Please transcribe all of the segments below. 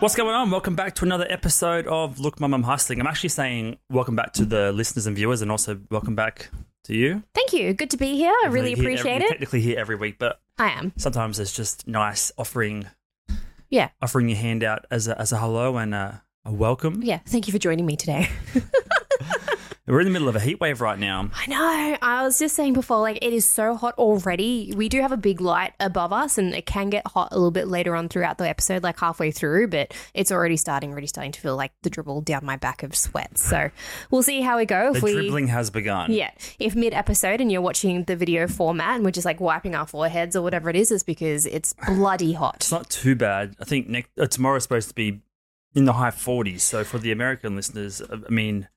What's going on? Welcome back to another episode of Look Mum I'm Hustling. I'm actually saying welcome back to the listeners and viewers and also welcome back to you. Thank you. Good to be here. I really You're here every- appreciate you're it. Technically here every week, but I am. sometimes it's just nice offering Yeah. offering your hand out as a, as a hello and a, a welcome. Yeah. Thank you for joining me today. We're in the middle of a heat wave right now. I know. I was just saying before, like, it is so hot already. We do have a big light above us, and it can get hot a little bit later on throughout the episode, like halfway through, but it's already starting, already starting to feel like the dribble down my back of sweat. So we'll see how we go. The if we. dribbling has begun. Yeah. If mid episode and you're watching the video format and we're just like wiping our foreheads or whatever it is, it's because it's bloody hot. It's not too bad. I think next uh, tomorrow's supposed to be in the high 40s. So for the American listeners, uh, I I mean,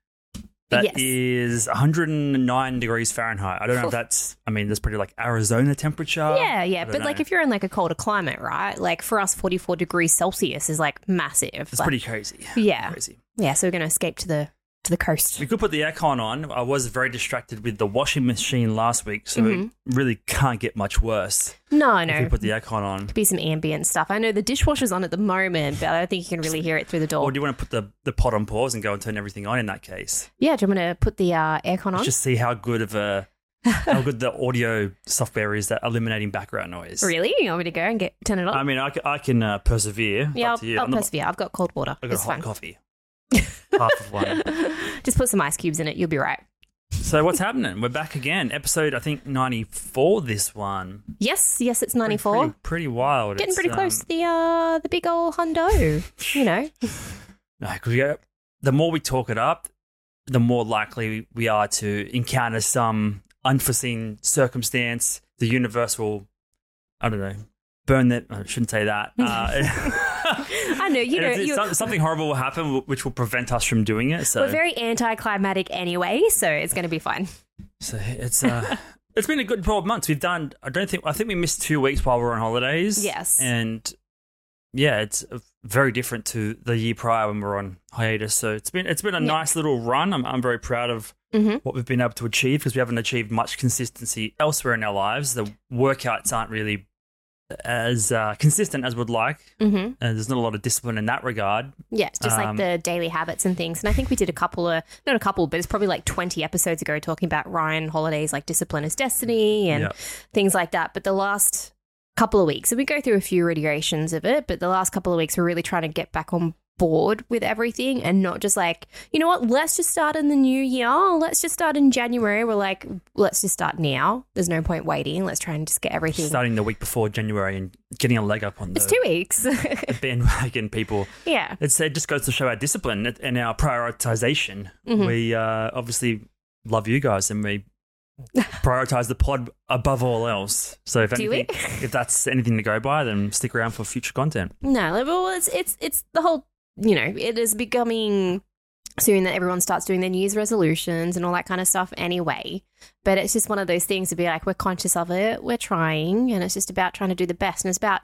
that Yes. is 109 degrees Fahrenheit. I don't know if that's. I mean, that's pretty like Arizona temperature. Yeah, I yeah, don't but like know. if you're in like a colder climate, right? Like for us, 44 degrees Celsius is like massive. it's Like, pretty crazy. Yeah. crazy. Yeah, so we're gonna escape to the to the coast. We could put the aircon on. I was very distracted with the washing machine last week, so it really can't get much worse No, if we Mm-hmm. no, put the aircon on. be some ambient stuff. I know the dishwasher's on at the moment, but I don't think you can really hear it through the door. Or do you want to put the, the pot on pause and go and turn everything on? In that case, yeah, do you want me to put the uh, aircon on? just see how good of a how good the audio software is at eliminating background noise. really? You want me to go and get turn it on? I mean, I, c- I can uh, persevere. yeah, up to you. I'll, I'll I'm not- persevere. I've got cold water. I got a It's hot fine. coffee. Half of one. Just put some ice cubes in it. You'll be right. So what's happening? We're back again. Episode I think ninety four. This one. Yes, yes, it's Pretty- 94. Pretty, pretty wild. Getting It's, pretty close um, to the uh, the big old hundo. you know, no, 'cause we go- the more we talk it up, the more likely we are to encounter some unforeseen circumstance. The universe will, I don't know, burn that. I shouldn't say that. Uh, I know. You and know, it's- it's you, some- something horrible will happen, w- which will prevent us from doing it. So We're very anticlimactic anyway, so it's going to be fine. So it's uh, it's been a good twelve months. We've done. I don't think. I think we missed two weeks while we were on holidays. Yes. And yeah, it's uh, very different to the year prior when we were on hiatus. So it's been it's been a Yeah. nice little run. I'm I'm very proud of Mhm. what we've been able to achieve because we haven't achieved much consistency elsewhere in our lives. The workouts aren't really as uh, consistent as we'd like. Mm-hmm. And there's not a lot of discipline in that regard. Yeah, it's just Um, like the daily habits and things. And I think we did a couple of, not a couple, but it's probably like 20 episodes ago talking about Ryan Holiday's like Discipline is Destiny and Yeah. things like that. But the last couple of weeks, and we go through a few iterations of it, but the last couple of weeks, we're really trying to get back on board with everything and not just like, you know what, let's just start in the new year. Let's just start in January. We're like, let's just start now. There's no point waiting. Let's try and just get everything. Starting the week before January and getting a leg up on it's the two weeks. bandwagon people. yeah. It's, it just goes to show our discipline and our prioritization. Mhm. We uh, obviously love you guys and we prioritize the pod above all else. So if Do we? anything, if that's anything to go by, then stick around for future content. No, like, well, it's it's it's the whole you know it is becoming soon that everyone starts doing their New Year's resolutions and all that kind of stuff anyway. But it's just one of those things to be like we're conscious of it, we're trying, and it's just about trying to do the best, and it's about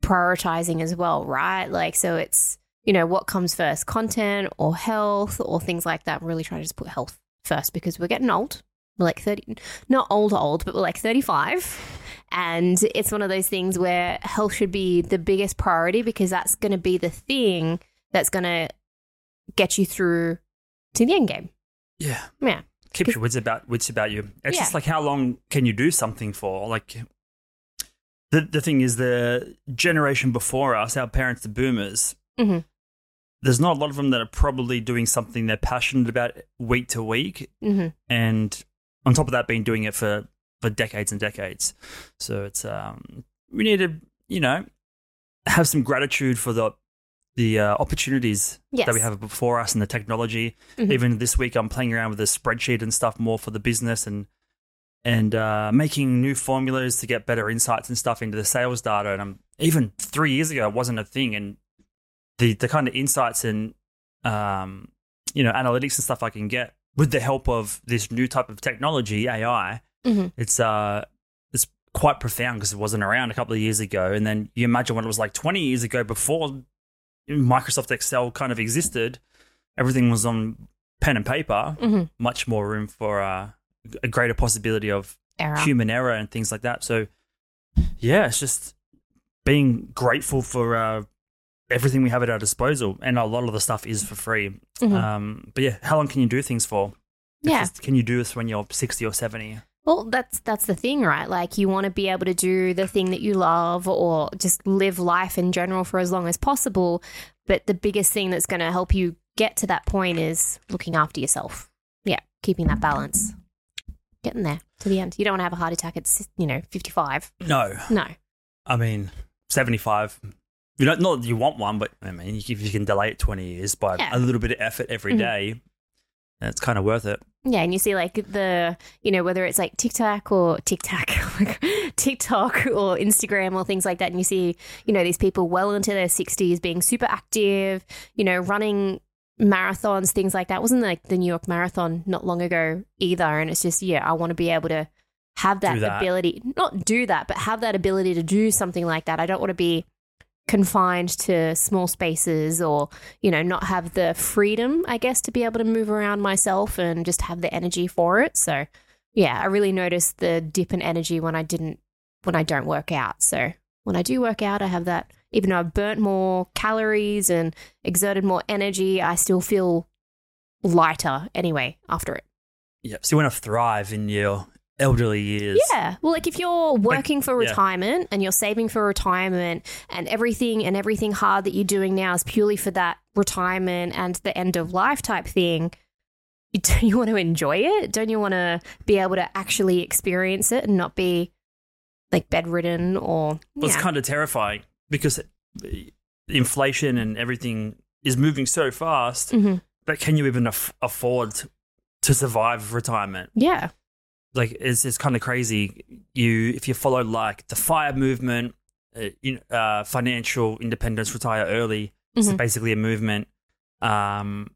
prioritizing as well, right? Like so, it's you know what comes first, content or health or things like that. really trying to just put health first because we're getting old. We're like thirty, not old old, but we're like thirty five. And it's one of those things where health should be the biggest priority because that's going to be the thing that's going to get you through to the end game. Yeah. Yeah. Keep your wits about wits about you. It's Yeah. just like how long can you do something for? Like the the thing is the generation before us, our parents, the boomers, Mhm. there's not a lot of them that are probably doing something they're passionate about week to week. hmm and on top of that, been doing it for for decades and decades. So it's um, we need to you know have some gratitude for the the uh, opportunities Yes. that we have before us and the technology. Mhm. Even this week, I'm playing around with a spreadsheet and stuff more for the business and and uh, making new formulas to get better insights and stuff into the sales data. And I'm even three years ago, it wasn't a thing. And the the kind of insights and um, you know analytics and stuff I can get with the help of this new type of technology, AI, Mhm. it's uh it's quite profound because it wasn't around a couple of years ago. And then you imagine what it was like 20 years ago before Microsoft Excel kind of existed. Everything was on pen and paper. Mhm. Much more room for uh, a greater possibility of Error. human error and things like that. So, yeah, it's just being grateful for uh, everything we have at our disposal, and a lot of the stuff is for free. Mhm. Um, but yeah, how long can you do things for? It's Yeah. just, can you do this when you're sixty or seventy? Well, that's that's the thing, right? Like you want to be able to do the thing that you love or just live life in general for as long as possible, but the biggest thing that's going to help you get to that point is looking after yourself. Yeah, keeping that balance. Getting there to the end. You don't want to have a heart attack at, si- you know, 55. No, No. I mean seventy-five. You know, not that you want one, but I mean, if you can delay it twenty years by Yeah. a little bit of effort every Mhm. day, that's kind of worth it. Yeah, and you see like the you know whether it's like TikTok or TikTok, TikTok or Instagram or things like that, and you see you know these people well into their sixties being super active, you know, running marathons, things like that. Wasn't like the New York Marathon not long ago either, and it's just yeah, I want to be able to have that, Do that. ability, not do that, but have that ability to do something like that. I don't want to be confined to small spaces or you know, not have the freedom, I guess, to be able to move around myself and just have the energy for it. So, yeah, I really noticed the dip in energy when I didn't, when I don't work out. So, when I do work out, I have that, even though I've burnt more calories and exerted more energy, I still feel lighter anyway after it. Yeah, so you want to thrive in your elderly years. Yeah. Well, like if you're working for yeah. retirement and you're saving for retirement and everything and everything hard that you're doing now is purely for that retirement and the end of life type thing, you- don't you want to enjoy it? Don't you want to be able to actually experience it and not be like bedridden or Well, yeah. it's kind of terrifying because inflation and everything is moving so fast. Mhm. But can you even aff- afford to survive retirement? yeah. Like, it's it's kind of crazy. You, if you follow like the fire movement, uh, you know, uh, financial independence, retire early. It's Mhm. basically a movement um,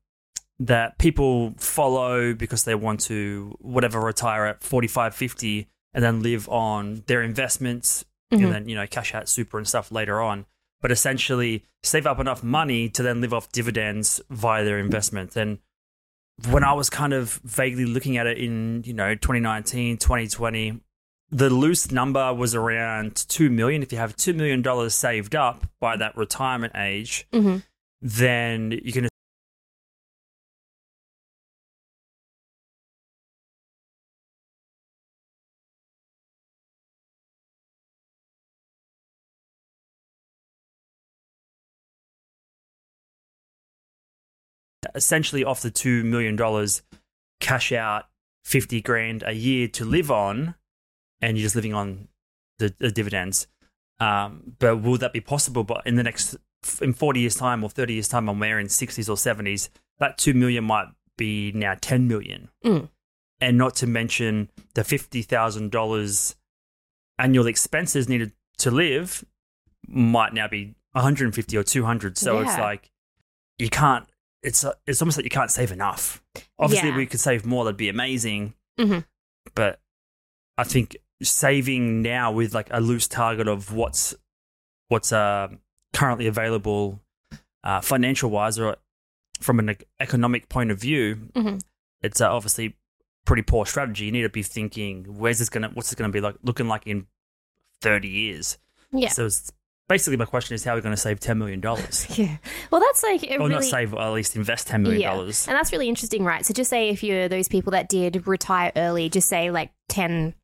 that people follow because they want to whatever retire at 45, 50 and then live on their investments Mhm. and then you know cash out super and stuff later on but essentially save up enough money to then live off dividends via their investment and when i was kind of vaguely looking at it in you know 2019 2020 the loose number was around 2 million if you have 2 million dollars saved up by that retirement age Mhm. then you can essentially off the two million dollars cash out 50 grand a year to live on and you're just living on the, the dividends um, but will that be possible but in the next in 40 years time or 30 years time and we're in 60s or 70s that 2 million might be now 10 million Mm. and not to mention the $50000 annual expenses needed to live might now be 150 or 200 so it's Yeah. like you can't it's uh, it's almost like you can't save enough obviously Yeah. if we could save more that'd be amazing Mhm. but i think saving now with like a loose target of what's what's uh, currently available uh, financial wise or from an ec- economic point of view, Mhm. it's uh, obviously pretty poor strategy. You need to be thinking, where's this gonna, what's this gonna be like, looking like in thirty years? Yeah. So it's basically my question is, how are we gonna save ten million dollars, Yeah. Well, that's like it or really not save, or at least invest ten million Yeah. dollars? And that's really interesting, right? So just say if you're those people that did retire early, just say like 10,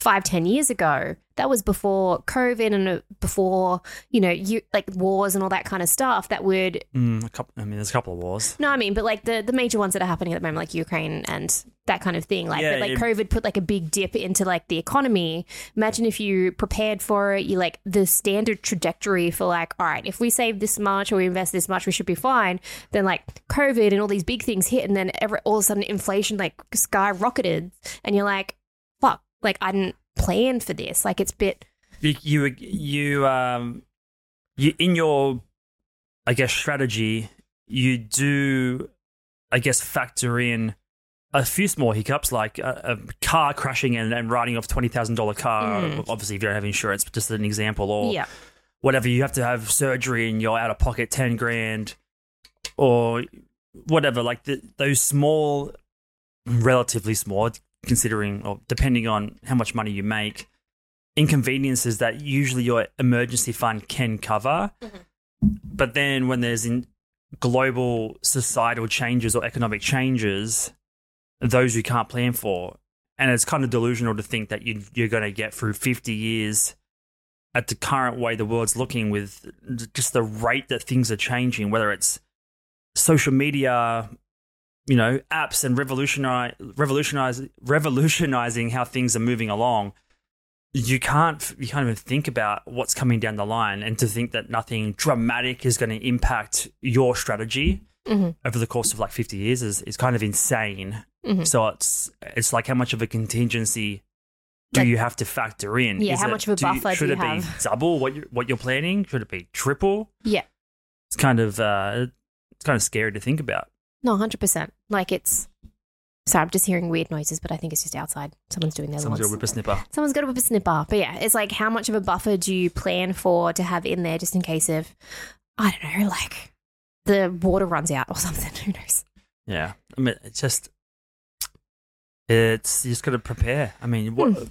5, 10 years ago, that was before COVID and uh, before, you know, you like wars and all that kind of stuff that would, Mm, a couple, I mean, there's a couple of wars. no, I mean, but like the, the major ones that are happening at the moment, like Ukraine and that kind of thing. Like, Yeah, but like it- COVID put like a big dip into like the economy. Imagine if you prepared for it, you like the standard trajectory for like, all right, if we save this much or we invest this much, we should be fine. Then like COVID and all these big things hit, and then every, all of a sudden inflation like skyrocketed, and you're like, fuck, like I didn't plan for this. Like it's bit, You, you, you, um, you in your, I guess, strategy, you do, I guess, factor in a few small hiccups like a, a car crashing and, and writing off twenty thousand dollar car. Mm. Obviously, if you don't have insurance, but just an example, or yeah, whatever, you have to have surgery and you're out of pocket ten grand, or whatever. Like the, those small, relatively small, considering or depending on how much money you make, inconveniences that usually your emergency fund can cover. But then when there's in global societal changes or economic changes, those you can't plan for. And it's kind of delusional to think that you, you're going to get through 50 years at the current way the world's looking with just the rate that things are changing, whether it's social media, you know, apps and revolutionize, revolutionize, revolutionizing how things are moving along. You can't, you can't even think about what's coming down the line, and to think that nothing dramatic is going to impact your strategy Mhm. over the course of like fifty years is, is kind of insane. Mhm. So it's it's like how much of a contingency do Like- you have to factor in? Yeah, how much of a buffer do should you it have? be double what you what you're planning? Should it be triple? Yeah. It's kind of uh, it's kind of scary to think about. No, hundred percent. Like it's. Sorry, I'm just hearing weird noises, but I think it's just outside. Someone's doing their Someone's a lawns. whippersnipper. Someone's got a whippersnipper. But yeah, it's like how much of a buffer do you plan for to have in there just in case of, I don't know, like the water runs out or something. Who knows? Yeah, I mean, it's just it's you just got to prepare. I mean, what, Hmm.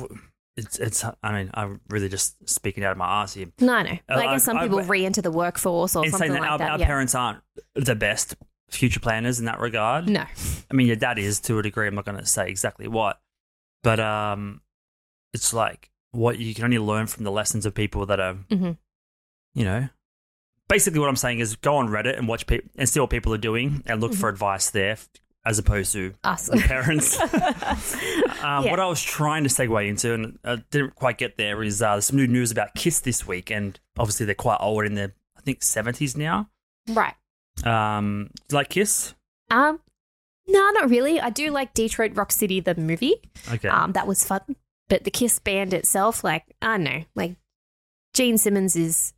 what it's it's. I mean, I'm really just speaking out of my ass here. No, no. Uh, Like I guess some I- I- people re-enter the workforce or In something saying that, like our, that. our yeah. parents aren't the best future planners in that regard. no. I mean, your dad is to a degree. I'm not going to say exactly what, but um, it's like what you can only learn from the lessons of people that are, Mhm. you know, basically what I'm saying is go on Reddit and watch people and see what people are doing and look Mm-hmm. for advice there as opposed to Us. your parents. Uh, Yeah. What I was trying to segue into, and I didn't quite get there, is uh, some new news about Kiss this week, and obviously they're quite old in their, I think, seventies now. right. Um, do you like Kiss? Um, no, not really. I do like Detroit Rock City, the movie. Okay, Um, that was fun. But the Kiss band itself, like, I don't know, like Gene Simmons is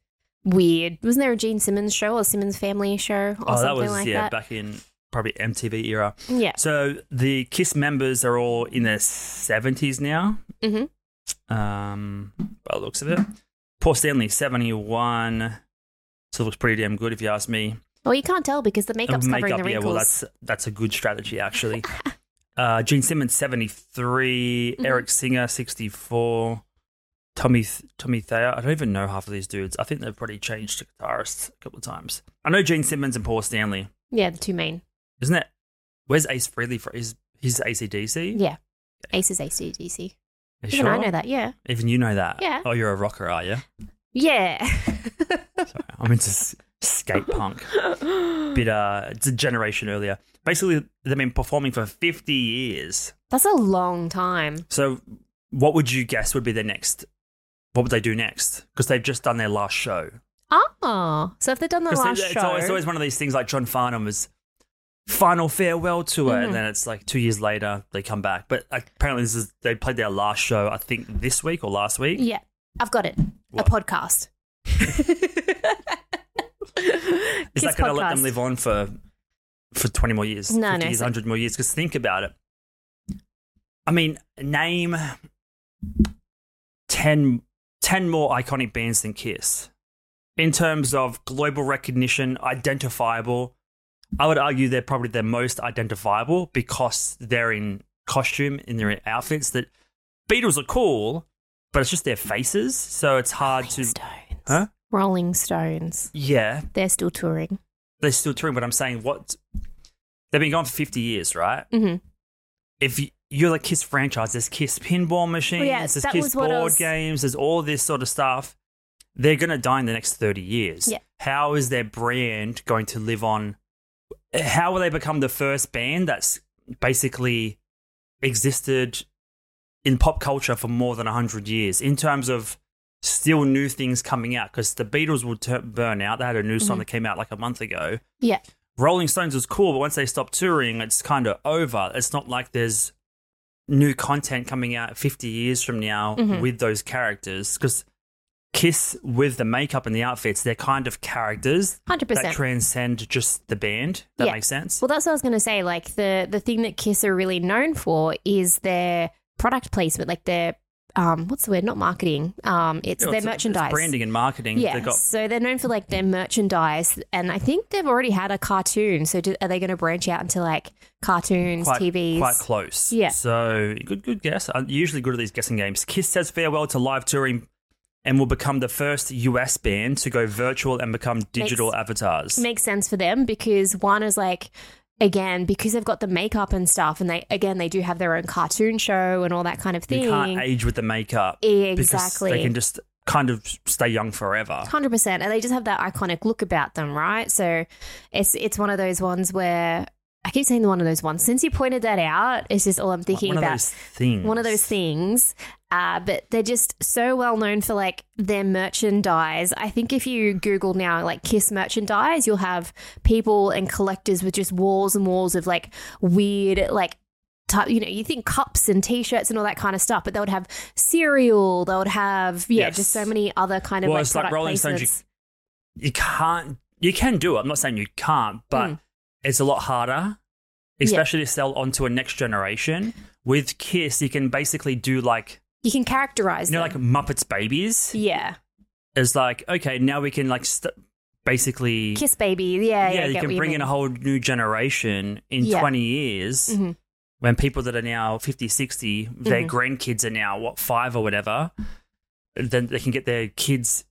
weird. Wasn't there a Gene Simmons show or Simmons Family show or oh, that something was like yeah, that? back in probably MTV era. yeah. So the Kiss members are all in their seventies now. Mhm. Um, by the looks of it, Paul Stanley seventy-one. So looks pretty damn good if you ask me. Well, you can't tell because the makeup's Uh, covering the yeah. wrinkles. Well, that's that's a good strategy actually. uh, Gene Simmons seventy-three, Mhm. Eric Singer sixty-four, Tommy Th- Tommy Thayer. I don't even know half of these dudes. I think they've probably changed to guitarists a couple of times. I know Gene Simmons and Paul Stanley. yeah, the two main. Isn't it? Where's Ace Frehley for? Is his ACDC? Yeah. Ace is ACDC. You Even I know that, yeah. Even you know that. Yeah. Oh, you're a rocker, are you? Yeah. Sorry, I'm into s- skate punk. Bit uh, it's a generation earlier. Basically, they've been performing for 50 years. That's a long time. So, what would you guess would be their next? What would they do next? Because they've just done their last show. Oh, so if they've done the 'Cause last it's, show, Always, it's always one of these things like John Farnham was final farewell tour, Mhm. and then it's like two years later they come back. But apparently, this is they played their last show. I think this week or last week. yeah, I've got it. What? A podcast. Is that going to let them live on for for twenty more years? No, 50 no, years, so- hundred more years. Because think about it. I mean, name 10, 10 more iconic bands than Kiss in terms of global recognition, identifiable. I would argue they're probably their most identifiable because they're in costume in their outfits. That Beatles are cool, but it's just their faces, so it's hard Rolling to. Stones. Huh? Rolling Stones. Yeah, They're still touring. they're still touring, but I'm saying what they've been gone for 50 years, right? Mhm. If you, you're the Kiss franchise, there's Kiss pinball machines, yeah, there's that Kiss was what board I was- games, there's all this sort of stuff. They're going to die in the next 30 years. Yeah. How is their brand going to live on? How will they become the first band that's basically existed in pop culture for more than 100 years in terms of still new things coming out? Because the Beatles will tur burn out. They had a new song Mhm. that came out like a month ago. Yeah. Rolling Stones was cool, but once they stopped touring, it's kind of over. It's not like there's new content coming out 50 years from now Mhm. with those characters because Kiss with the makeup and the outfits, they're kind of characters Hundred that percent. transcend just the band. That Yeah. makes sense. Well, that's what I was going to say. Like the the thing that Kiss are really known for is their product placement, like their um, what's the word? Not marketing. Um, it's You know, it's- their it's merchandise. branding and marketing. Yeah, They've got so they're known for like their merchandise, and I think they've already had a cartoon. So do, are they going to branch out into like cartoons, quite, TVs? quite close. Yeah. Uh, So good, good guess. I'm usually good at these guessing games. Kiss says farewell to live touring and will become the first US band to go virtual and become digital avatars. makes sense for them because one is like again because they've got the makeup and stuff and they again they do have their own cartoon show and all that kind of thing E, You can't age with the makeup. because They exactly can just kind of stay young forever. 100% and they just have that iconic look about them right so it's it's one of those ones where i keep saying one of those ones since you pointed that out it's just all i'm thinking one about of those things. one of those things. Uh, but they're just so well known for like their merchandise. I think if you Google now like Kiss merchandise, you'll have people and collectors with just walls and walls of like weird like. Type, you know, you think cups and t-shirts and all that kind of stuff, but they would have cereal. They would have yeah, Yes. just so many other kind of Well, like it's like product Rolling Stones, you- placements. You can't. You can do it. I'm not saying you can't, but Mm. it's a lot harder, especially to sell onto a next generation. With Kiss, you can basically do like You can characterize you know, like them. Muppets Babies. yeah, It's like okay, now we can like st- basically kiss baby. Yeah, yeah. yeah, I you get can what bring mean. in a whole new generation in Yeah. 20 years Mhm. when people that are now 50, 60, their Mhm. grandkids are now, what, five or whatever, then they can get their kids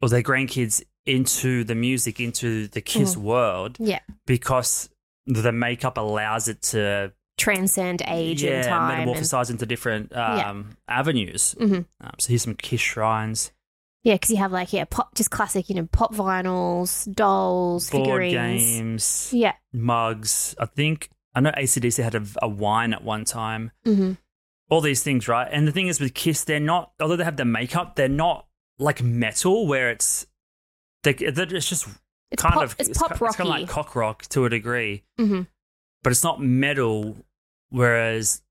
or their grandkids into the music, into the Kiss Mm. world yeah because the makeup allows it to transcend age yeah, and time. and- metamorphosize into different um, avenues. Mhm. Um, so here's some Kiss shrines, Yeah, because you have like yeah, pop, just classic, you know, pop vinyls, dolls, board figurines. games, Yeah. mugs. I think, I know ACDC had a, a wine at one time. Mm-hmm. all these things, right? And the thing is with Kiss, they're not, although they have the makeup, they're not like metal where it's, they, they're- it's just It's kind pop, of, it's pop ki- rocky. It's kind of like cock rock to a degree, Mhm. but it's not metal. Whereas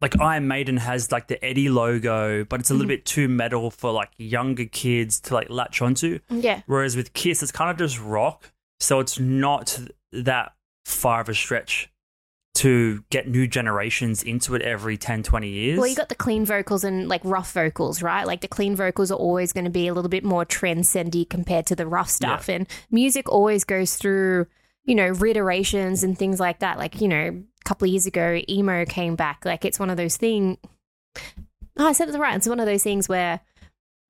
like Iron Maiden has like the Eddie logo, but it's a Mm-hmm. little bit too metal for like younger kids to like latch onto. Yeah, Whereas with Kiss, it's kind of just rock. So it's not that far of a stretch to get new generations into it every 10, 20 years. well, you got the clean vocals and like rough vocals, right? Like the clean vocals are always going to be a little bit more transcendy compared to the rough stuff, and music always goes through, you know, reiterations and things like that. Like you know, a couple of years ago, emo came back. Like it's one of those things. Oh, I said it right. It's one of those things where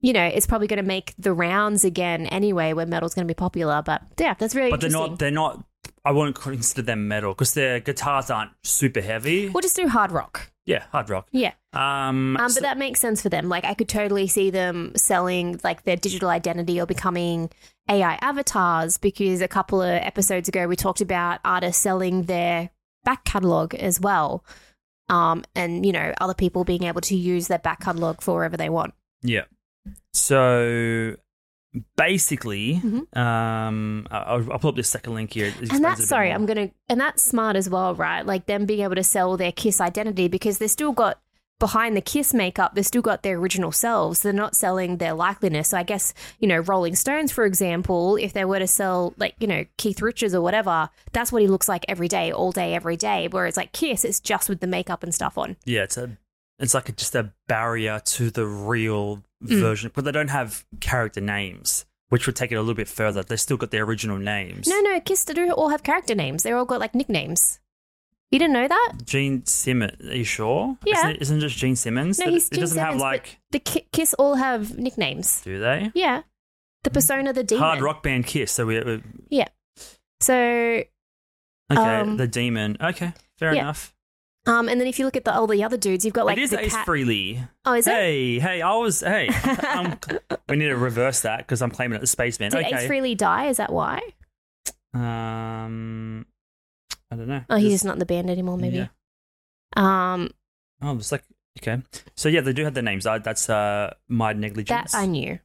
you know, it's probably going to make the rounds again anyway, where metal's going to be popular. But yeah, that's really but they're interesting. not they're not i wouldn't consider them metal because their guitars aren't super heavy we'll just do hard rock. yeah hard rock Yeah. um, Um, so- but that makes sense for them. Like, I could totally see them selling like their digital identity or becoming AI avatars because a couple of episodes ago we talked about artists selling their back catalog as well, um, and you know other people being able to use their back catalog for wherever they want. yeah so basically Mhm. um I- I'll, I'll pull up this second link here It explains and it a that's bit sorry, more. I'm gonna, and that's smart as well, right? Like them being able to sell their Kiss identity because they're still got behind the Kiss makeup, they've still got their original selves. They're not selling their likeliness. So I guess you know, Rolling Stones, for example, if they were to sell like you know Keith Richards or whatever, that's what he looks like every day, all day, every day. Whereas like Kiss, it's just with the makeup and stuff on. yeah it's a it's like a, just a barrier to the real Mm. version but they don't have character names which would take it a little bit further they still got their original names No, no, Kiss do all have character names. They're all got like nicknames. You didn't know that? gene simmons are you sure Yeah. isn't it, isn't it just gene simmons No, It- he's it doesn't have like the Ki- Kiss all have nicknames. do they Yeah, the persona, the demon. hard rock band kiss so we, we So, Okay, Um, the demon. Okay, fair yeah. enough. um, and then if you look at the all the other dudes, you've got like it is the Ace cat. Freely. oh, is it? Hey, hey, I was. Hey, I'm, we need to reverse that because I'm claiming it the spaceman. Did okay. Ace Freely die? Is that why? um, I don't know. Oh, he's Just- just not in the band anymore. Maybe. yeah. Um, Oh, it's like okay. So yeah, they do have the names. I, that's uh my that negligence. I knew.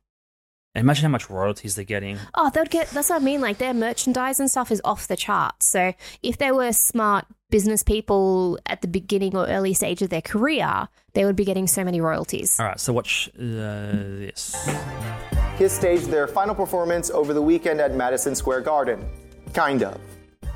Imagine how much royalties they're getting. Oh, they'll get. That's what I mean. Like their merchandise and stuff is off the charts. So if they were smart business people at the beginning or early stage of their career, they would be getting so many royalties. All right, so watch uh, this. Kiss staged their final performance over the weekend at Madison Square Garden. Kind of.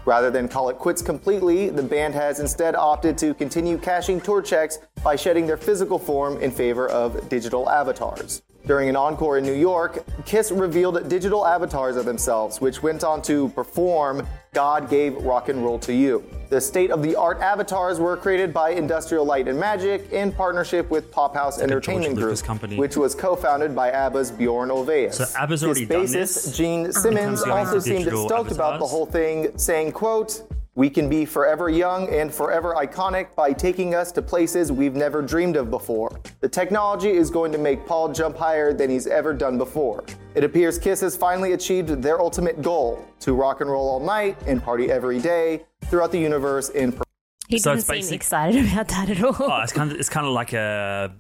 Rather than call it quits completely, the band has instead opted to continue cashing tour checks by shedding their physical form in favor of digital avatars. During an encore in New York, Kiss revealed digital avatars of themselves, which went on to perform God Gave Rock and Roll to You. The state of the art avatars were created by Industrial Light and Magic in partnership with Pop House Entertainment George Group, Lucas company. which was co founded by ABBA's Bjorn Ulvaeus. So ABBA's already His done bassist, this? Gene Simmons, going also for seemed digital stoked about the avatars? whole thing, saying, quote, we can be forever young and forever iconic by taking us to places we've never dreamed of before. The technology is going to make Paul jump higher than he's ever done before. It appears Kiss has finally achieved their ultimate goal to rock and roll all night and party every day throughout the universe in per- He So didn't it's seem basic- excited about that at all. Oh, it's kind of it's kind of like a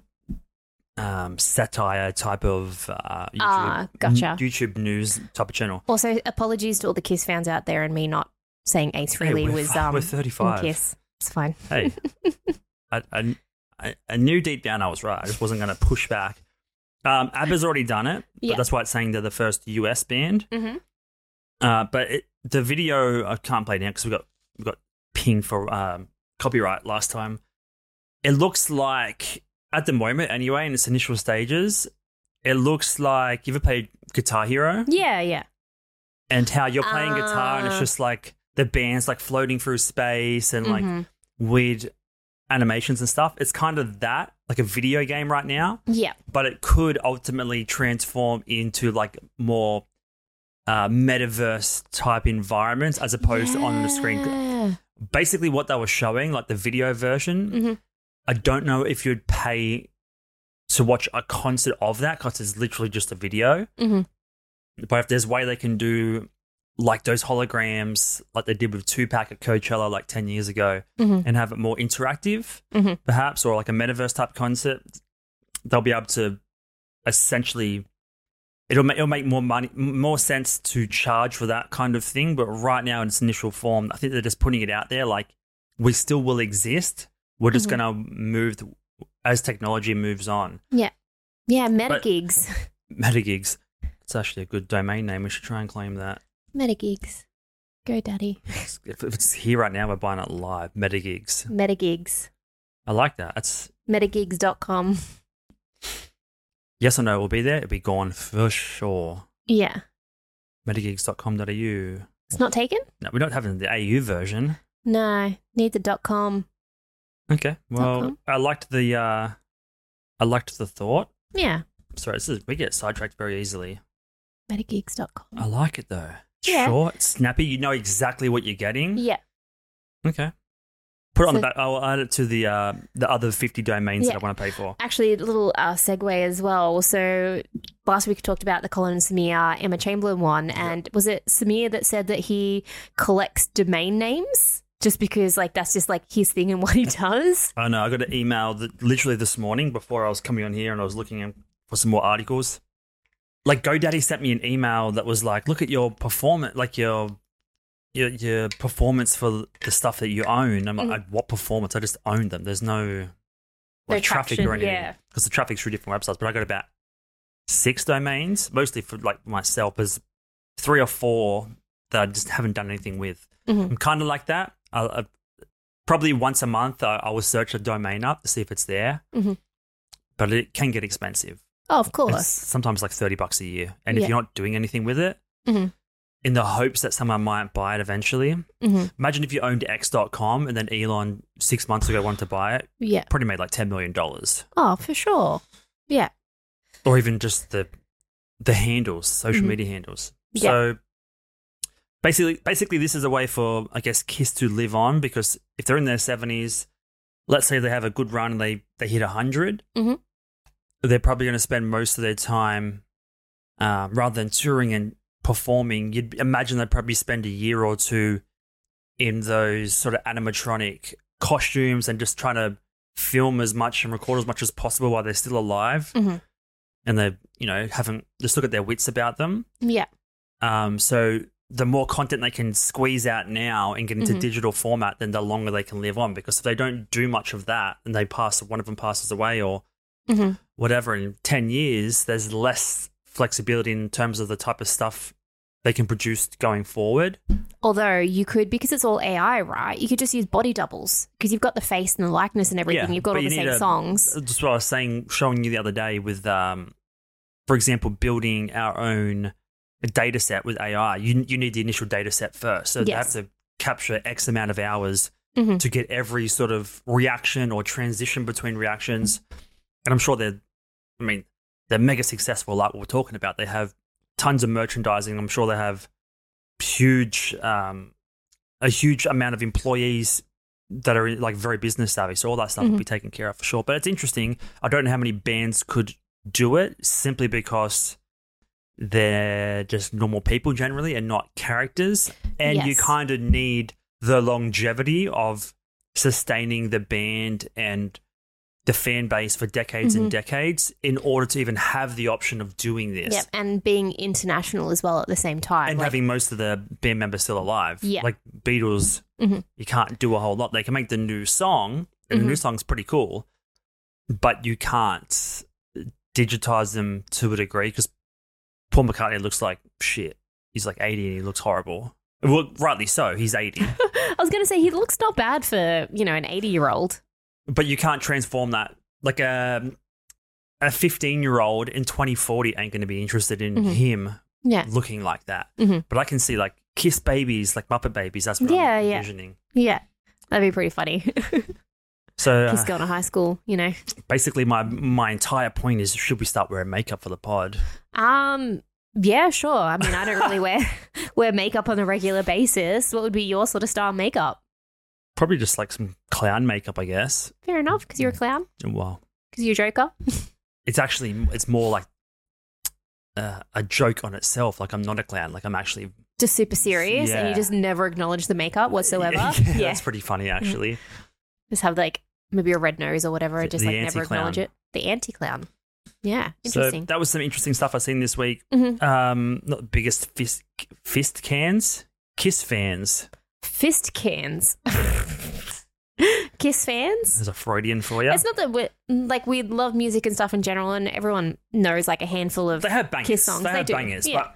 um, satire type of uh, YouTube, Ah, gotcha. YouTube news type of channel. also, apologies to all the Kiss fans out there and me not saying Ace really we're was fi- um we're in 35. Kiss. It's fine. Hey, I, I, I- I knew deep down I was right. I just wasn't going to push back. Um, ABBA's already done it, Yeah. but that's why it's saying they're the first US band. Mhm. Uh, but it, the video I can't play now because we got we got pinged for um, copyright last time. It looks like at the moment, anyway, in its initial stages, it looks like you ever played Guitar Hero? Yeah, yeah. and how you're playing guitar and it's Ah. just like the band's like floating through space and like Mhm. weird animations and stuff. It's kind of that, like a video game right now, Yeah. but it could ultimately transform into like more uh, metaverse type environments as opposed to on the screen. Yeah. Basically, what they were showing, like the video version, Mhm. I don't know if you'd pay to watch a concert of that because it's literally just a video Mhm. but if there's a way they can do like those holograms, like they did with Tupac at Coachella like 10 years ago, Mhm. and have it more interactive, Mhm. perhaps, or like a metaverse type concept, they'll be able to essentially. It'll make, it'll make more money, more sense to charge for that kind of thing. But right now, in its initial form, I think they're just putting it out there. Like we still will exist. We're just Mhm. going to move th- as technology moves on. Yeah, But- metagigs. Metagigs. It's actually a good domain name. We should try and claim that. Metagigs. Go daddy. if, if it's here right now, we're buying it live. Metagigs. Metagigs. I like that. That's Metagigs.com. yes or no. We'll be there. It'll be gone for sure. Yeah. Metagigs.com.au. No, It's not taken? we don't have it in the AU version. No. Needs a dot com. Okay. Well, com. I liked the. uh I liked the thought. Yeah. Sorry, this is we get sidetracked very easily. Metagigs.com. I like it though. Yeah. Short, snappy. You know exactly what you're getting. Yeah. Okay. Put it on the So- back. I'll add it to the uh, the other fifty domains Yeah. that I want to pay for. Actually, a little uh, segue as well. So last week we talked about the Colin Samir Emma Chamberlain one, and was it Samir that said that he collects domain names just because like that's just like his thing and what he does? I know. uh, I got an email that literally this morning before I was coming on here and I was looking in for some more articles. Like GoDaddy sent me an email that was like, "Look at your performance, like your your your performance for the stuff that you own." Mm-hmm. I'm like, "I- "What performance? I just own them. There's no like traffic traction, or anything yeah. because the traffic's through different websites." But I got about six domains, mostly for like myself. There's three or four that I just haven't done anything with. Mhm. I'm kind of like that. I, I, probably once a month, I, I will search a domain up to see if it's there. Mhm. But it can get expensive. Oh, of It's course. sometimes like 30 bucks a year. And Yeah. if you're not doing anything with it, Mhm. in the hopes that someone might buy it eventually, Mhm. imagine if you owned X.com and then Elon six months ago wanted to buy it, Yeah. probably made like $10 million. Oh, for sure. Yeah. Or even just the the handles, social Mhm. media handles. Yeah. So basically basically this is a way for I guess Kiss to live on because if they're in their seventies, let's say they have a good run and they, they hit 100 Mhm. they're probably gonna spend most of their time um, rather than touring and performing, you'd imagine they'd probably spend a year or two in those sort of animatronic costumes and just trying to film as much and record as much as possible while they're still alive Mhm. and they you know haven't just look at their wits about them Yeah. um, so the more content they can squeeze out now and get into Mhm. digital format, then the longer they can live on. Because if they don't do much of that and they pass, one of them passes away or Mhm. whatever in 10 years, there's less flexibility in terms of the type of stuff they can produce going forward. Although you could, because it's all AI, right? You could just use body doubles because you've got the face and the likeness and everything. Yeah, you've got but all you the need same a- songs. That's what I was saying, showing you the other day with um, for example, building our own data set with AI, you, you need the initial data set first. So they have Yes. to capture X amount of hours Mhm. to get every sort of reaction or transition between reactions. And I'm sure they're, I mean, they're mega successful, like what we're talking about. They have tons of merchandising. I'm sure they have huge, um, a huge amount of employees that are like very business savvy. So all that stuff will be Mm-hmm. taken care of for sure. But it's interesting. I don't know how many bands could do it simply because they're just normal people generally and not characters. And you Yes. kind of need the longevity of sustaining the band and the fan base for decades and Mm-hmm. decades in order to even have the option of doing this Yep, and being international as well at the same time. and like- having most of the band members still alive. Yeah. Mm-hmm. Like Beatles, you can't do a whole lot. They can make the new song, and the new song's pretty cool, but you can't digitize them to a degree because Paul McCartney looks like shit. He's like 80 and he looks horrible. Well, rightly so. He's 80. I was going to say he looks not bad for you know an eighty-year-old. but you can't transform that. Like a, a 15 year old in 2040 ain't going to be interested in Mm-hmm. him Yeah, looking like that. Mhm. But I can see like Kiss Babies, like Muppet Babies. That's what Yeah, I'm yeah. envisioning. yeah, that'd be pretty funny. So He's uh, gone to high school, you know. basically, my my entire point is: should we start wearing makeup for the pod? Um, yeah, sure. I mean, I don't really wear wear makeup on a regular basis. What would be your sort of style makeup? Probably just like some clown makeup, I guess. Fair enough, because you're a clown, Well, because you're a joker. it's actually it's more like uh, a joke on itself. Like I'm not a clown. Like I'm actually Just super serious, and you Yeah. just never acknowledge the makeup whatsoever. yeah, Yeah, Mm-hmm. that's pretty funny actually. just have like maybe a red nose or whatever, The- and just the like never anti-clown. acknowledge it. The anti clown. Yeah, So interesting. that was some interesting stuff I seen this week. Mhm. Um, not the biggest fist fist cans, kiss fans. Fist cans. Kiss fans. There's a Freudian for you. It's not that we like we love music and stuff in general, and everyone knows like a handful of They have bangers. Kiss songs, They they have do. bangers, Yeah. but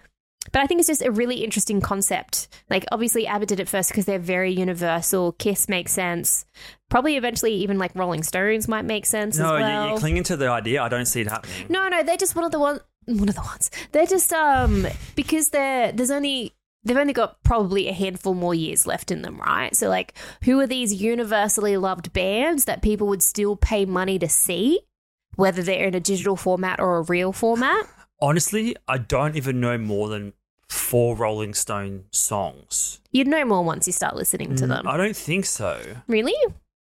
But I think it's just a really interesting concept. Like, obviously, ABBA did it first because they're very universal. Kiss makes sense. Probably eventually, even like Rolling Stones might make sense no, as you- well. you're clinging to the idea. I don't see it happening. no, no, they're just one of the ones. One of the ones. They're just um because they're there's only they've only got probably a handful more years left in them, right? So like, who are these universally loved bands that people would still pay money to see, whether they're in a digital format or a real format? Honestly, I don't even know more than four Rolling Stone songs. You'd know more once you start listening to them. Mm, I don't think so. Really?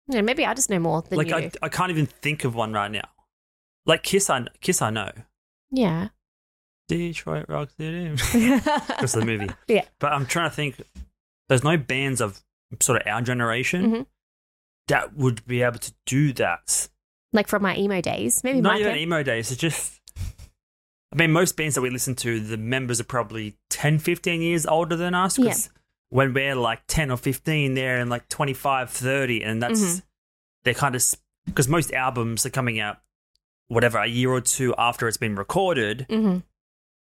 Yeah, maybe I just know more than like you. I, I can't even think of one right now. Like Kiss, I Kiss, I know. yeah. Detroit Rock City. yeah. That's the movie. Yeah. but I'm trying to think. There's no bands of sort of our generation Mhm. that would be able to do that. Like from my emo days. Maybe Not my even pa- emo days. It's just. I mean, most bands that we listen to, the members are probably 10, 15 years older than us. 'cause when we're like 10 or 15, they're in like 25, 30. And that's, they're kind of, because most albums are coming out, whatever, a year or two after it's been recorded. Mhm.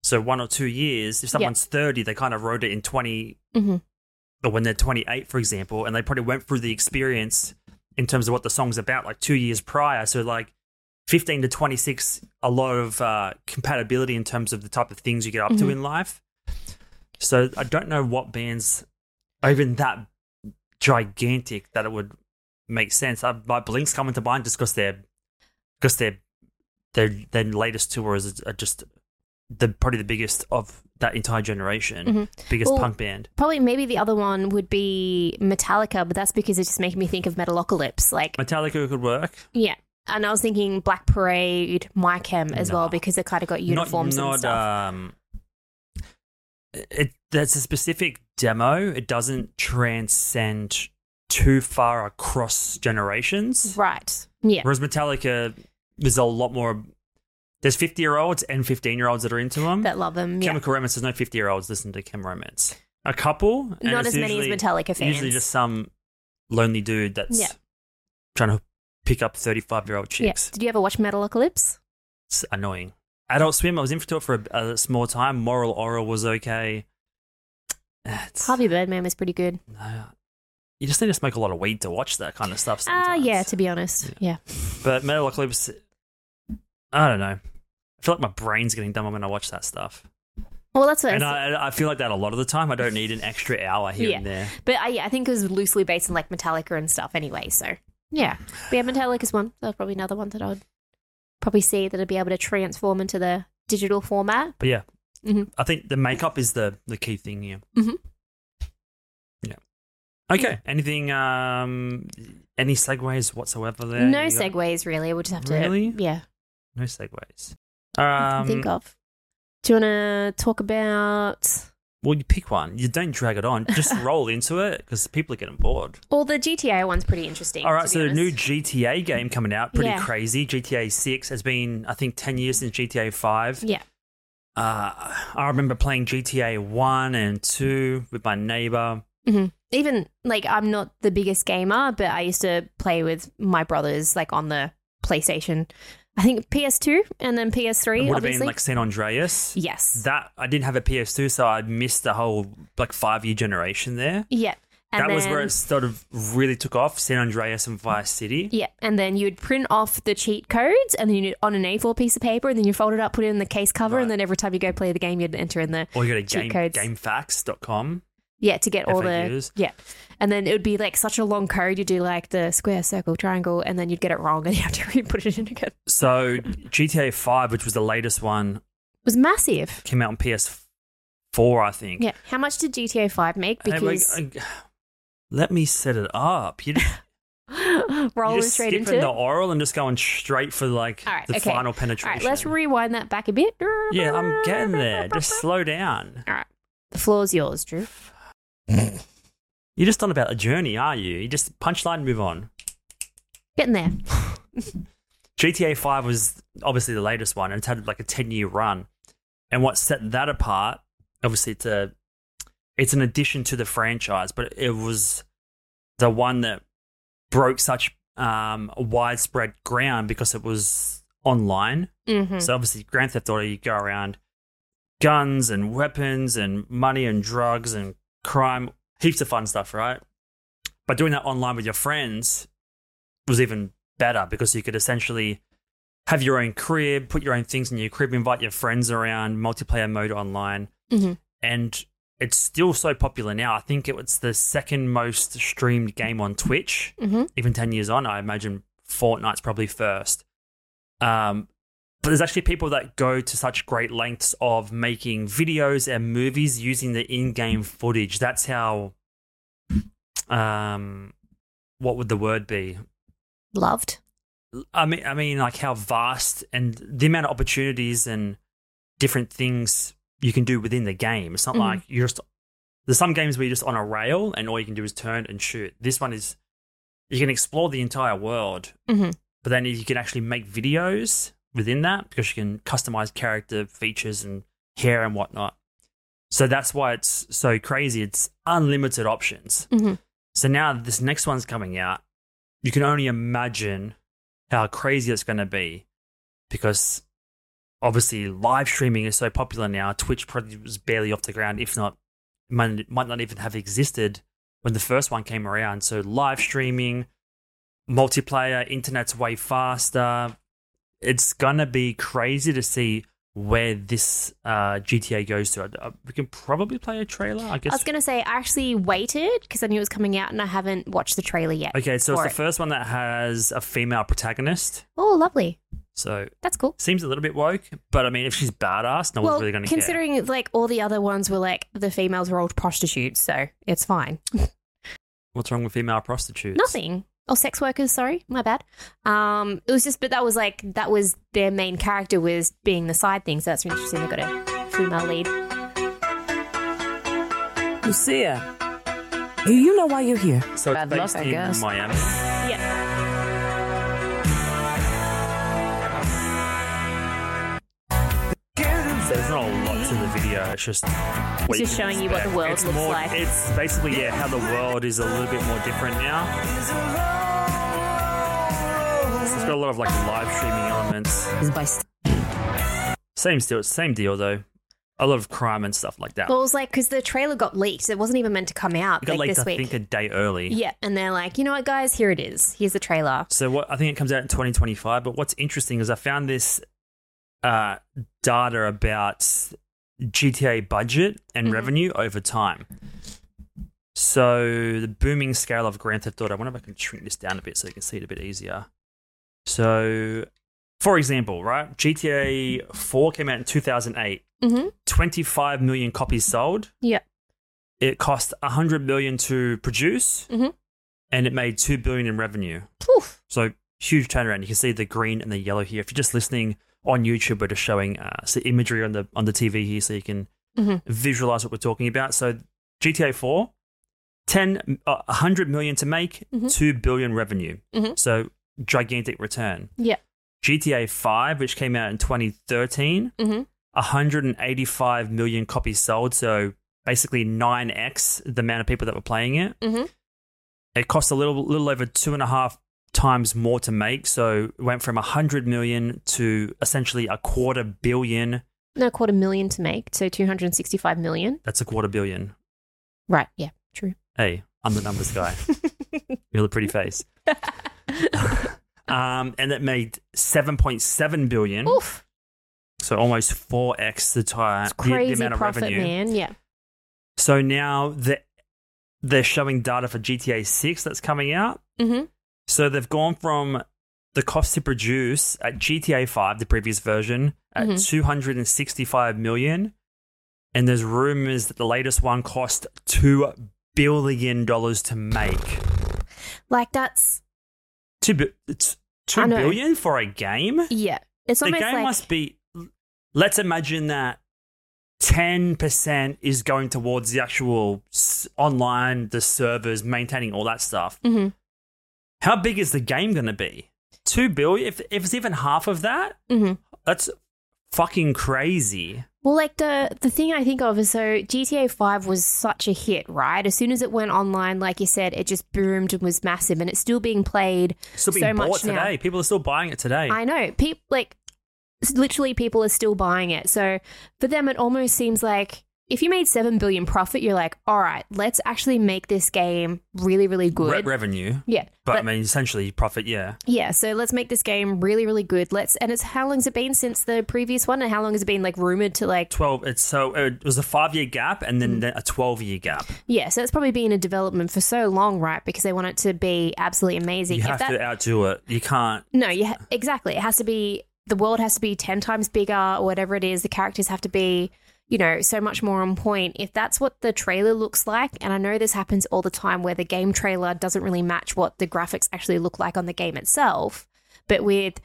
So one or two years. If someone's 30, they kind of wrote it in 20, Mhm. or when they're 28, for example, and they probably went through the experience in terms of what the song's about like two years prior. So, like 15 to 26, a lot of uh, compatibility in terms of the type of things you get up to in life. So, I don't know what bands are even that gigantic that it would make sense. I, my Blink's coming to mind just because they're, because they're, their, their latest tours are just the probably the biggest of that entire generation, biggest Well, punk band. Probably maybe the other one would be Metallica, but that's because it just made me think of Metalocalypse. Like, Metallica could work. yeah. And I was thinking Black Parade, My Chem as Nah. well, because they kind of got uniforms not, and stuff. Um, it that's a specific demo. It doesn't transcend too far across generations. right. Yeah. Whereas Metallica, there's a lot more. There's 50 year olds and 15 year olds that are into them. That love them. Yeah. Chemical Romance. There's no 50 year olds listen to Chem Romance. A couple. and Not it's as many as usually- Metallica fans. Usually just some lonely dude that's Yeah. trying to pick up 35 year old yeah. chicks. Did you ever watch Metalocalypse? It's annoying. Adult Swim, I was in for it for a, a small time. Moral Oral was okay. It's, Harvey Birdman was pretty good. no. you just need to smoke a lot of weed to watch that kind of stuff Ah, sometimes. yeah, to be honest. Yeah. But Metalocalypse, I don't know. I feel like my brain's getting dumb when I watch that stuff. Well, that's what. And I, I, I feel like that a lot of the time. I don't need an extra hour here Yeah. and there. but I, yeah, I think it was loosely based on like Metallica and stuff anyway. So yeah, but yeah, Metallica's one. That's probably another one that I'd probably see that I'd be able to transform into the digital format. But yeah, Mhm. I think the makeup is the the key thing here. Mhm. Yeah. Okay. Anything? Um, any segues whatsoever there? no You got- segues really. We'll just have to Really? yeah No segues. Um, think of. Do you want to talk about? well, you pick one. You don't drag it on. Just roll into it because people are getting bored. Well, the GTA one's pretty interesting. All to right, be so the honest. new GTA game coming out, pretty Yeah. crazy. GTA Six has been, I think, ten years since GTA Five. Yeah. Uh, I remember playing GTA One and Two with my neighbor. even like I'm not the biggest gamer, but I used to play with my brothers like on the PlayStation. I think PS2 and then It PS3. would have obviously, been like San Andreas. yes, That I didn't have a PS2, so I missed the whole like five year generation there. yeah. And that then, was where it sort of really took off. San Andreas and Vice City. Yeah, and then you'd print off the cheat codes, and then you'd on an A4 piece of paper, and then you fold it up, put it in the case cover, Right. and then every time you go play the game, you'd enter in the Or you go to game, Cheat codes. gamefacts.com. yeah to get all FAQs. the yeah, and then it would be like such a long code. You do like the square, circle, triangle, and then you'd get it wrong, and you have to re put it in again. It So GTA Five, which was the latest one, was massive. came out on PS4, I think. Yeah, how much did GTA Five make? Hey, wait, Because I- let me set it up. You, you rolling just straight skip into it. the oral and just going straight for like All right, the okay. final All penetration. right, let's rewind that back a bit. yeah, I'm getting there. Just slow down. All right, the floor's yours, Drew. You're just on about a journey, are you? You just punchline, move on. Getting there. GTA 5 was obviously the latest one, and it's had like a 10 year run. And what set that apart, obviously, it's a it's an addition to the franchise, but it was the one that broke such um, widespread ground because it was online. Mm-hmm. So obviously, Grand Theft Auto, you go around guns and weapons and money and drugs and crime, heaps of fun stuff, right? But doing that online with your friends was even better because you could essentially have your own crib, put your own things in your crib, invite your friends around, multiplayer mode online, Mhm. and it's still so popular now. I think it was the second most streamed game on Twitch hmm even 10 years on, I imagine Fortnite's probably first. Um, but there's actually people that go to such great lengths of making videos and movies using the in game footage. That's how, um, what would the word be? Loved. I mean, I mean, like how vast and the amount of opportunities and different things you can do within the game. It's not Mhm. like you're just. There's some games where you're just on a rail and all you can do is turn and shoot. This one is you can explore the entire world, Mhm. but then you can actually make videos within that because you can customize character features and hair and whatnot. So that's why it's so crazy. It's unlimited options. Mhm. So now this next one's coming out. You can only imagine how crazy it's going to be because obviously live streaming is so popular now. Twitch probably was barely off the ground, if not, might, might not even have existed when the first one came around. So live streaming, multiplayer, internet's way faster. It's gonna be crazy to see where this uh, GTA goes to. Uh, We can probably play a trailer, I guess. I was going to say, I actually waited because I knew it was coming out and I haven't watched the trailer yet. okay, so it's for the it. first one that has a female protagonist. Oh, lovely. So That's cool. seems a little bit woke, but I mean, if she's badass, no well, one's really gonna care. considering like all the other ones were like the females were old prostitutes, so it's fine. What's wrong with female prostitutes? Nothing. Or sex workers, sorry, my bad. Um, it was just, but that was like that was their main character was being the side thing, so that's interesting. They got a female lead. Lucia, do you know why you're here? So it's Bad based luck, I in guess. Miami. Yeah, There's not a lot to the video. It's just what It's just can showing you what the expect. world it's looks more, like. It's basically yeah, how the world is a little bit more different now. So it's got a lot of like live streaming elements. is by st- Same still, same deal though. A lot of crime and stuff like that. well, it was like because the trailer got leaked, it wasn't even meant to come out It got like leaked, this I week. think, a day early. yeah, and they're like, you know what, guys, here it is. Here's the trailer. So what I think it comes out in 2025. But what's interesting is I found this uh, data about GTA budget and Mm-hmm. revenue over time. So the booming scale of Grand Theft Auto. I wonder if I can shrink this down a bit so you can see it a bit easier. So, for example, right, GTA 4 came out in 2008. Mm-hmm. 25 million copies sold. Yeah. It cost 100 million to produce, Mhm. and it made 2 billion in revenue. Poof. So huge turnaround. You can see the green and the yellow here. If you're just listening on YouTube, we're just showing uh, some imagery on the on the TV here, so you can Mhm. visualize what we're talking about. So GTA 4, 10, uh, 100 million to make, Mhm. 2 billion revenue. Mhm. So gigantic return. Yeah. GTA 5, which came out in 2013, Mhm. 185 million copies sold. So basically 9x the amount of people that were playing it. Mhm. It cost a little, little over two and a half times more to make. So it went from 100 million to essentially a quarter billion. No, quarter million to make. So 265 million. That's a quarter billion. Right. Yeah. True. Hey, I'm the numbers guy. You're the pretty face. um, and it made 7.7 billion. Oof. So almost 4x the, time, It's Uh, the, the crazy amount of profit, revenue. man. Yeah. So now the, they're showing data for GTA 6 that's coming out. Mm-hmm. So they've gone from the cost to produce at GTA 5, the previous version, at Mhm. 265 million. And there's rumors that the latest one cost $2 billion to make. Like that's Two, bi- it's two I know. billion for a game? yeah. It's the almost game like must be. Let's imagine that ten percent is going towards the actual s- online, the servers, maintaining all that stuff. Mhm. How big is the game going to be? Two billion. If if it's even half of that, Mhm. that's fucking crazy. Well, like the the thing I think of is so GTA Five was such a hit, right? As soon as it went online, like you said, it just boomed and was massive, and it's still being played. Still being So much bought now. today. People are still buying it today. I know people like s- literally people are still buying it. So for them, it almost seems like if you made seven billion profit, you're like, all right, let's actually make this game really, really good. Re- revenue, yeah, but I let- mean, essentially profit. Yeah, yeah. So let's make this game really, really good. Let's and it's how long's it been since the previous one, and how long has it been like rumored to like twelve. It's so uh, it was a five year gap and Mm. then then a twelve year gap. Yeah, so it's probably been in development for so long, right? Because they want it to be absolutely amazing. You If have that- to outdo it. You can't. no, you ha- exactly. It has to be the world has to be ten times bigger or whatever it is. The characters have to be, you know, so much more on point. If that's what the trailer looks like, and I know this happens all the time, where the game trailer doesn't really match what the graphics actually look like on the game itself, but with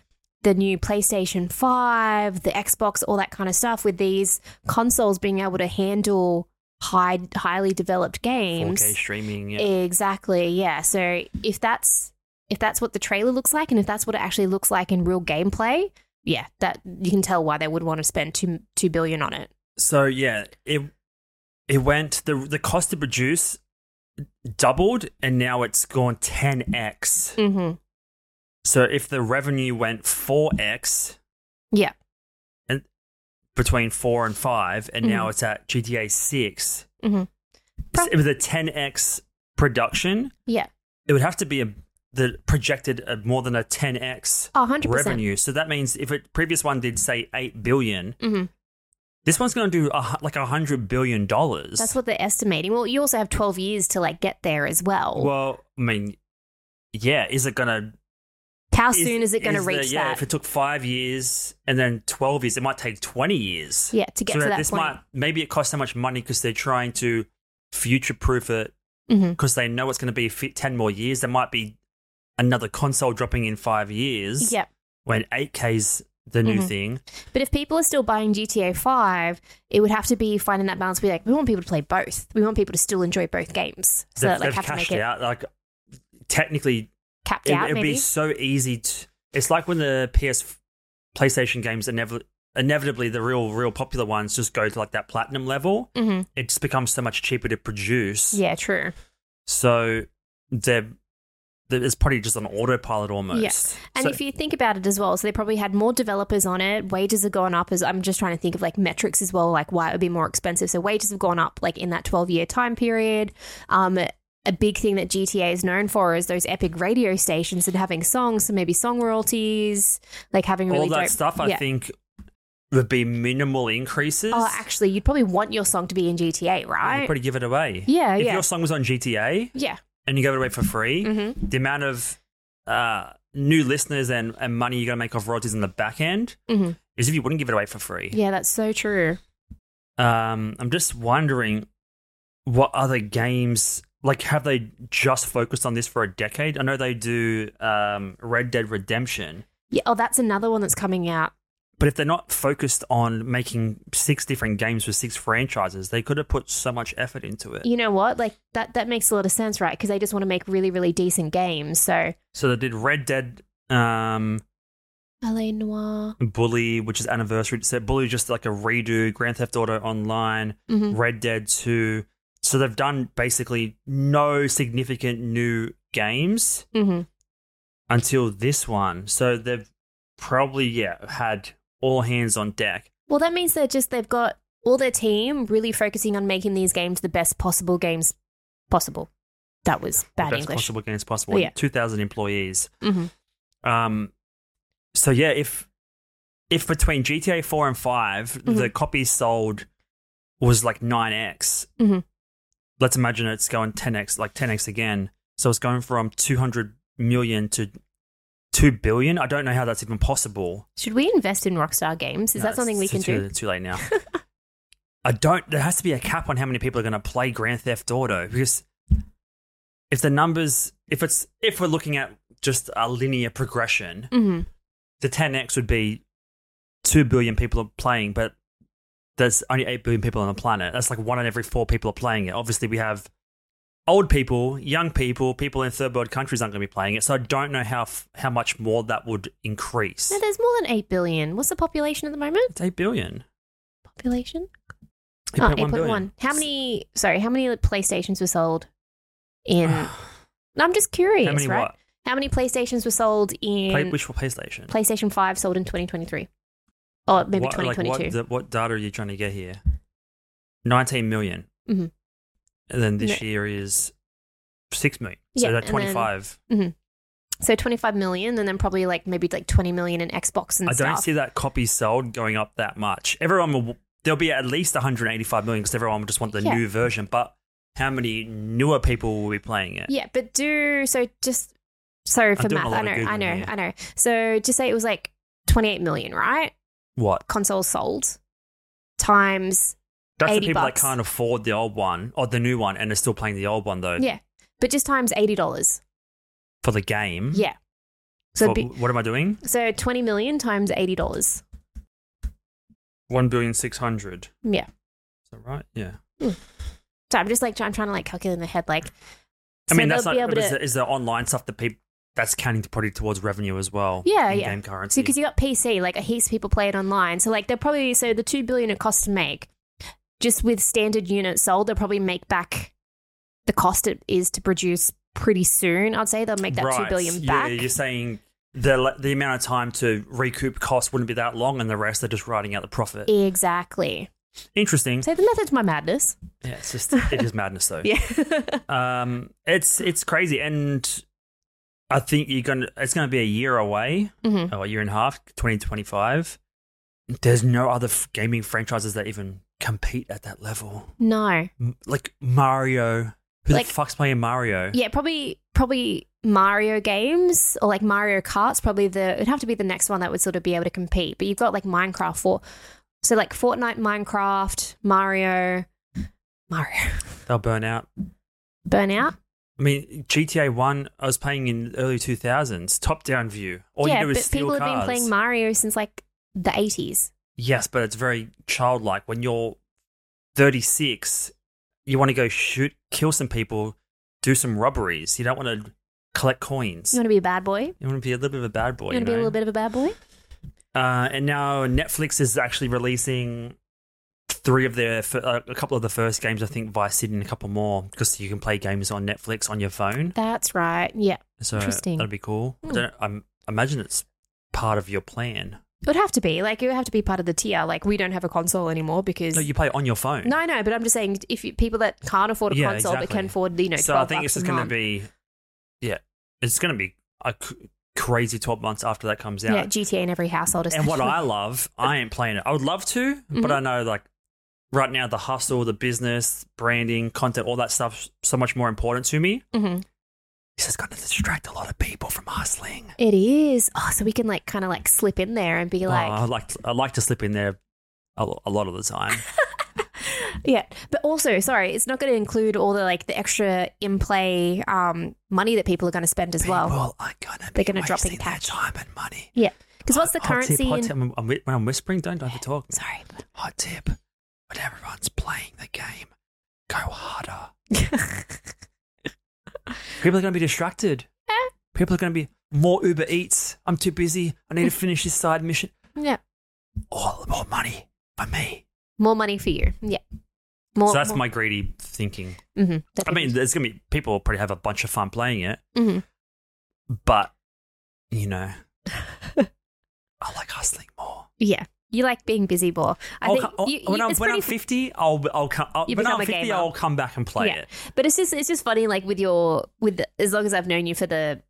the new PlayStation 5, the Xbox, all that kind of stuff, with these consoles being able to handle high, highly developed games. 4K streaming. Yeah. Exactly. Yeah. So if that's if that's what the trailer looks like, and if that's what it actually looks like in real gameplay, yeah, that you can tell why they would want to spend two two billion on it. So yeah, it it went the the cost to produce doubled, and now it's gone ten x. Mm-hmm. So if the revenue went four x Yeah. between four and five, and Hmm. now it's at GTA 6 Mhm. s- It was a ten x production. Yeah. It would have to be a the projected a, more than a ten x Oh, 100 percent. revenue. So that means if it previous one did say eight billion, Mhm. this one's going to do a, hu- like a hundred billion dollars. That's what they're estimating. Well, you also have twelve years to like get there as well. Well, I mean, yeah. Is it gonna? How soon is it going to the- reach Yeah, that? if it took five years and then twelve years, it might take twenty years. yeah, to get so to that this point. might maybe it costs so much money because they're trying to future-proof it Mhm. because they know it's going to be fi- ten more years. There might be another console dropping in five years. Yep. when eight K's the new Mhm. thing. But if people are still buying GTA 5, it would have to be finding that balance. Be like, we want people to play both. We want people to still enjoy both games. So they've that, like, they've have to cashed make it out. Like technically, capped it, out. would maybe. be so easy to. It's like when the PS, PlayStation games inev- inevitably the real, real popular ones just go to like that platinum level. hmm It just becomes so much cheaper to produce. Yeah, true. So they're, they're it's probably just on autopilot almost. And So- if you think about it as well, so they probably had more developers on it. Wages have gone up as I'm just trying to think of like metrics as well, like why it would be more expensive. So wages have gone up like in that 12 year time period. Um, a big thing that GTA is known for is those epic radio stations and having songs, so maybe song royalties, like having really all that dope- stuff, I yeah. think would be minimal increases. Oh, actually, you'd probably want your song to be in GTA, I'd right? probably give it away. Yeah, If yeah. your song was on GTA yeah. and you gave it away for free, Mhm. the amount of uh, new listeners and, and money you're going to make off royalties in the back end Mhm. is if you wouldn't give it away for free. Yeah, that's so true. Um, I'm just wondering what other games like have they just focused on this for a decade? I know they do um, Red Dead Redemption, Yeah. Oh, that's another one that's coming out. but if they're not focused on making six different games with six franchises, they could have put so much effort into it. You know what? Like that that makes a lot of sense, right? Because they just want to make really, really decent games. So So they did Red Dead um, LA Noir. Bully, which is anniversary. So Bully is just like a redo. Grand Theft Auto Online, Mhm. Red Dead Two. So they've done basically no significant new games. Mm-hmm. until this one. So they've probably yeah had all hands on deck. Well, that means they're just they've got all their team really focusing on making these games the best possible games possible. That was bad best English. possible Mm-hmm. games possible. Oh, yeah. Two thousand employees. Mhm. Um, so yeah, if if between GTA Four and 5 Mm-hmm. the copies sold was like nine x, Mhm. let's imagine it's going ten x, like ten x again. So it's going from two hundred million to two billion. I don't know how that's even possible. Should we invest in Rockstar Games? Is No, that something we it's can too, do? Too, too late now. I don't. There has to be a cap on how many people are going to play Grand Theft Auto because if the numbers, if it's, if we're looking at just a linear progression, Mm-hmm. the 10x would be two billion people are playing, but there's only eight billion people on the planet. That's like one in every four people are playing it. Obviously, we have old people, young people, people in third world countries aren't going to be playing it. So I don't know how f- how much more that would increase. No, there's more than eight billion. What's the population at the moment? It's eight billion. Population? Oh, 8.1 billion. How many? Sorry, how many PlayStations were sold in? No, I'm just curious. How many right? what? How many PlayStations were sold in? Play, which for PlayStation? PlayStation Five sold in 2023, or maybe what, like, 2022. what, the, what data are you trying to get here? 19 million. Mhm. And then this No. year is 6 million. Yeah, So and that's then- 25. So 25 million, and then probably like maybe like 20 million in Xbox and I stuff. don't see that copies sold going up that much. Everyone will, there'll be at least 185 million because everyone will just want the Yeah. new version. But how many newer people will be playing it? Yeah, but do so just so for doing a math. lot I of know, I Googling know, here. I know. So just say it was like 28 million, right? What? Consoles sold times, That's the 80 people bucks. that can't afford the old one or the new one and are still playing the old one though yeah, but just times eighty dollars. for the game. Yeah. So For- it'd be, what am I doing? so 20 million times eighty dollars. One billion six hundred. Yeah. Is that right? Yeah. So I'm just like I'm trying to like calculate in the head like. I so mean, that's they'll not. be able is, to- the, is the online stuff that people that's counting to probably towards revenue as well? Yeah, in yeah. Game So currency. because you got PC, like heaps of people play it online. So like they're probably so the two billion it costs to make, just with standard units sold, they'll probably make back the cost it is to produce pretty soon. I'd say they'll make that two Right. billion Yeah, back. you're saying the the amount of time to recoup costs wouldn't be that long, and the rest they're just writing out the profit. Exactly. Interesting. So the method to my madness. Yeah, it's just it is madness though. Yeah. Um, it's it's crazy, and I think you're gonna. It's gonna be a year away, Mhm. or a year and a half, twenty twenty five. There's no other f- gaming franchises that even compete at that level. no. M- like Mario. Who Like- the fuck's playing Mario? Yeah, probably probably Mario games or like Mario Kart's probably the it'd have to be the next one that would sort of be able to compete. But you've got like Minecraft for so like Fortnite, Minecraft, Mario, Mario. They'll burn out. Burnout. I mean, GTA One. I was playing in early two thousands, top down view. All yeah, you do is but steal people cars. have been playing Mario since like the eighties. yes, but it's very childlike. When you're thirty six, you want to go shoot, kill some people, do some robberies. You don't want to collect coins. You want to be a bad boy? You want to be a little bit of a bad boy. you want to be a know? little bit of a bad boy? Uh, and now Netflix is actually releasing three of their, fir- uh, a couple of the first games, I think Vice City and a couple more, because you can play games on Netflix on your phone. That's right. Yeah, So Interesting. that'd be cool. I Hmm. don't, I'm, I imagine it's part of your plan. it would have to be like it would have to be part of the tier. Like we don't have a console anymore because No, you play it on your phone. no, no. But I'm just saying if you, people that can't afford a Yeah, console but exactly. can afford you know so twelve I think bucks this is a going month. to be, yeah, it's going to be a c- crazy 12 months after that comes out. Yeah, GTA in every household. and Especially. what I love, I ain't playing it. I would love to, Mm-hmm. but I know like right now the hustle, the business, branding, content, all that stuff's so much more important to me. Mhm. This is going to distract a lot of people from hustling. It is. Oh, so we can like kind of like slip in there and be Oh, like, I like to, I like to slip in there a, lo- a lot of the time. yeah. But also, sorry, it's not going to include all the like the extra in play um, money that people are going to spend as well. People are gonna be They're gonna drop in wasting their cash. time and money. Yeah. Because what's the Hot currency? Tip, hot in- tip. I'm- I'm- when I'm whispering, don't over talk. Sorry. Hot tip: when everyone's playing the game, go harder. People are going to be distracted. Eh? People are going to be more Uber Eats. I'm too busy. I need to finish this side mission. Yeah. All more money for me. More money for you. Yeah. More. so that's my greedy thinking. hmm I mean, there's going to be people will probably have a bunch of fun playing it, hmm but you know, I like hustling more. yeah. You like being busy more. I I'll think co- I'll- you, you, when, I'm, it's when I'm pretty 50, I'll I'll come. I'll, You when become I'm a 50, gamer. I'll come back and play yeah. it. But it's just it's just funny, like with your with the, as long as I've known you for the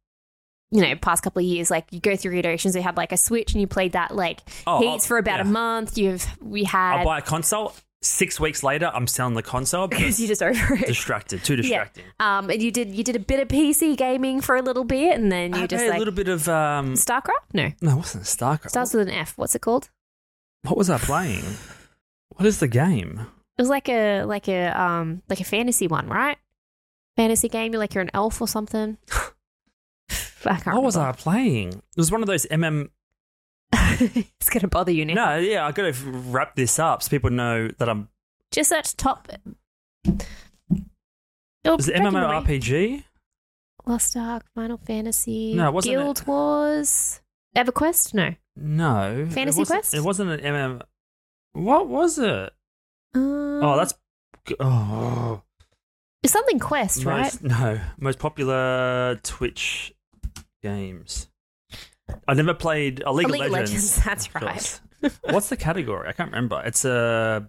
you know past couple of years, like you go through iterations. We had like a Switch, and you played that like Oh, heats I'll- for about a yeah. month. You've I'll we had buy a console. Six weeks later, I'm selling the console because because you just over it. distracted, too yeah. distracting. Um, and you did you did a bit of PC gaming for a little bit, and then I you had just a like little bit of um. Starcraft. No, No, it wasn't Starcraft. starts with an F. What's it called? what was I playing? What is the game? It was like a like a um like a fantasy one, right? Fantasy game. You're like you're an elf or something. I can't What was I remember. playing? It was one of those MM. it's gonna bother you now. No, yeah, I got to wrap this up so people know that I'm. Just search top. Oh, Was it back in the way. MMORPG? Lost Ark, Final Fantasy, No, it wasn't Guild Wars, EverQuest. No, No, it Fantasy wasn't- Quest? It wasn't an MM. What was it? um, Oh, that's. Oh. it's something Quest, right? Most, no, most popular Twitch games. I never played a League, A League of of Legends. Legends, that's of course. What's the category? I can't remember. It's a,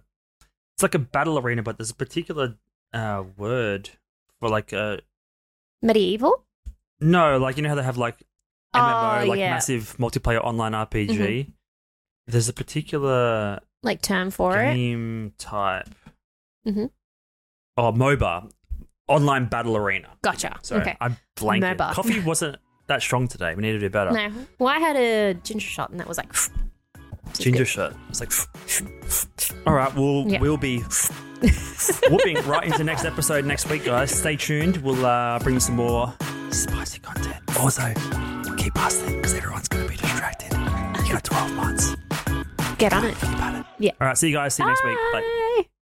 it's like a battle arena, but there's a particular uh, word for like a Medieval. no, like you know how they have like MMO, Oh, like yeah. Mm-hmm. massive multiplayer online RPG. There's a particular Like term for it. game type. Mhm. Oh, MOBA, online battle arena. Gotcha. Sorry, okay. I'm blanking. Moba. Coffee wasn't that strong today. We need to do better. No. Well, I had a ginger shot, and that was like. Ginger shirt. It's like, all right, we'll Yeah. we'll be whooping right into next episode next week, guys. Stay tuned. We'll uh, bring you some more spicy content. Also, keep hustling because everyone's going to be distracted. You got 12 months. Get on it. Think about it. Yeah. All right, see you guys. See you next week. Bye. Bye.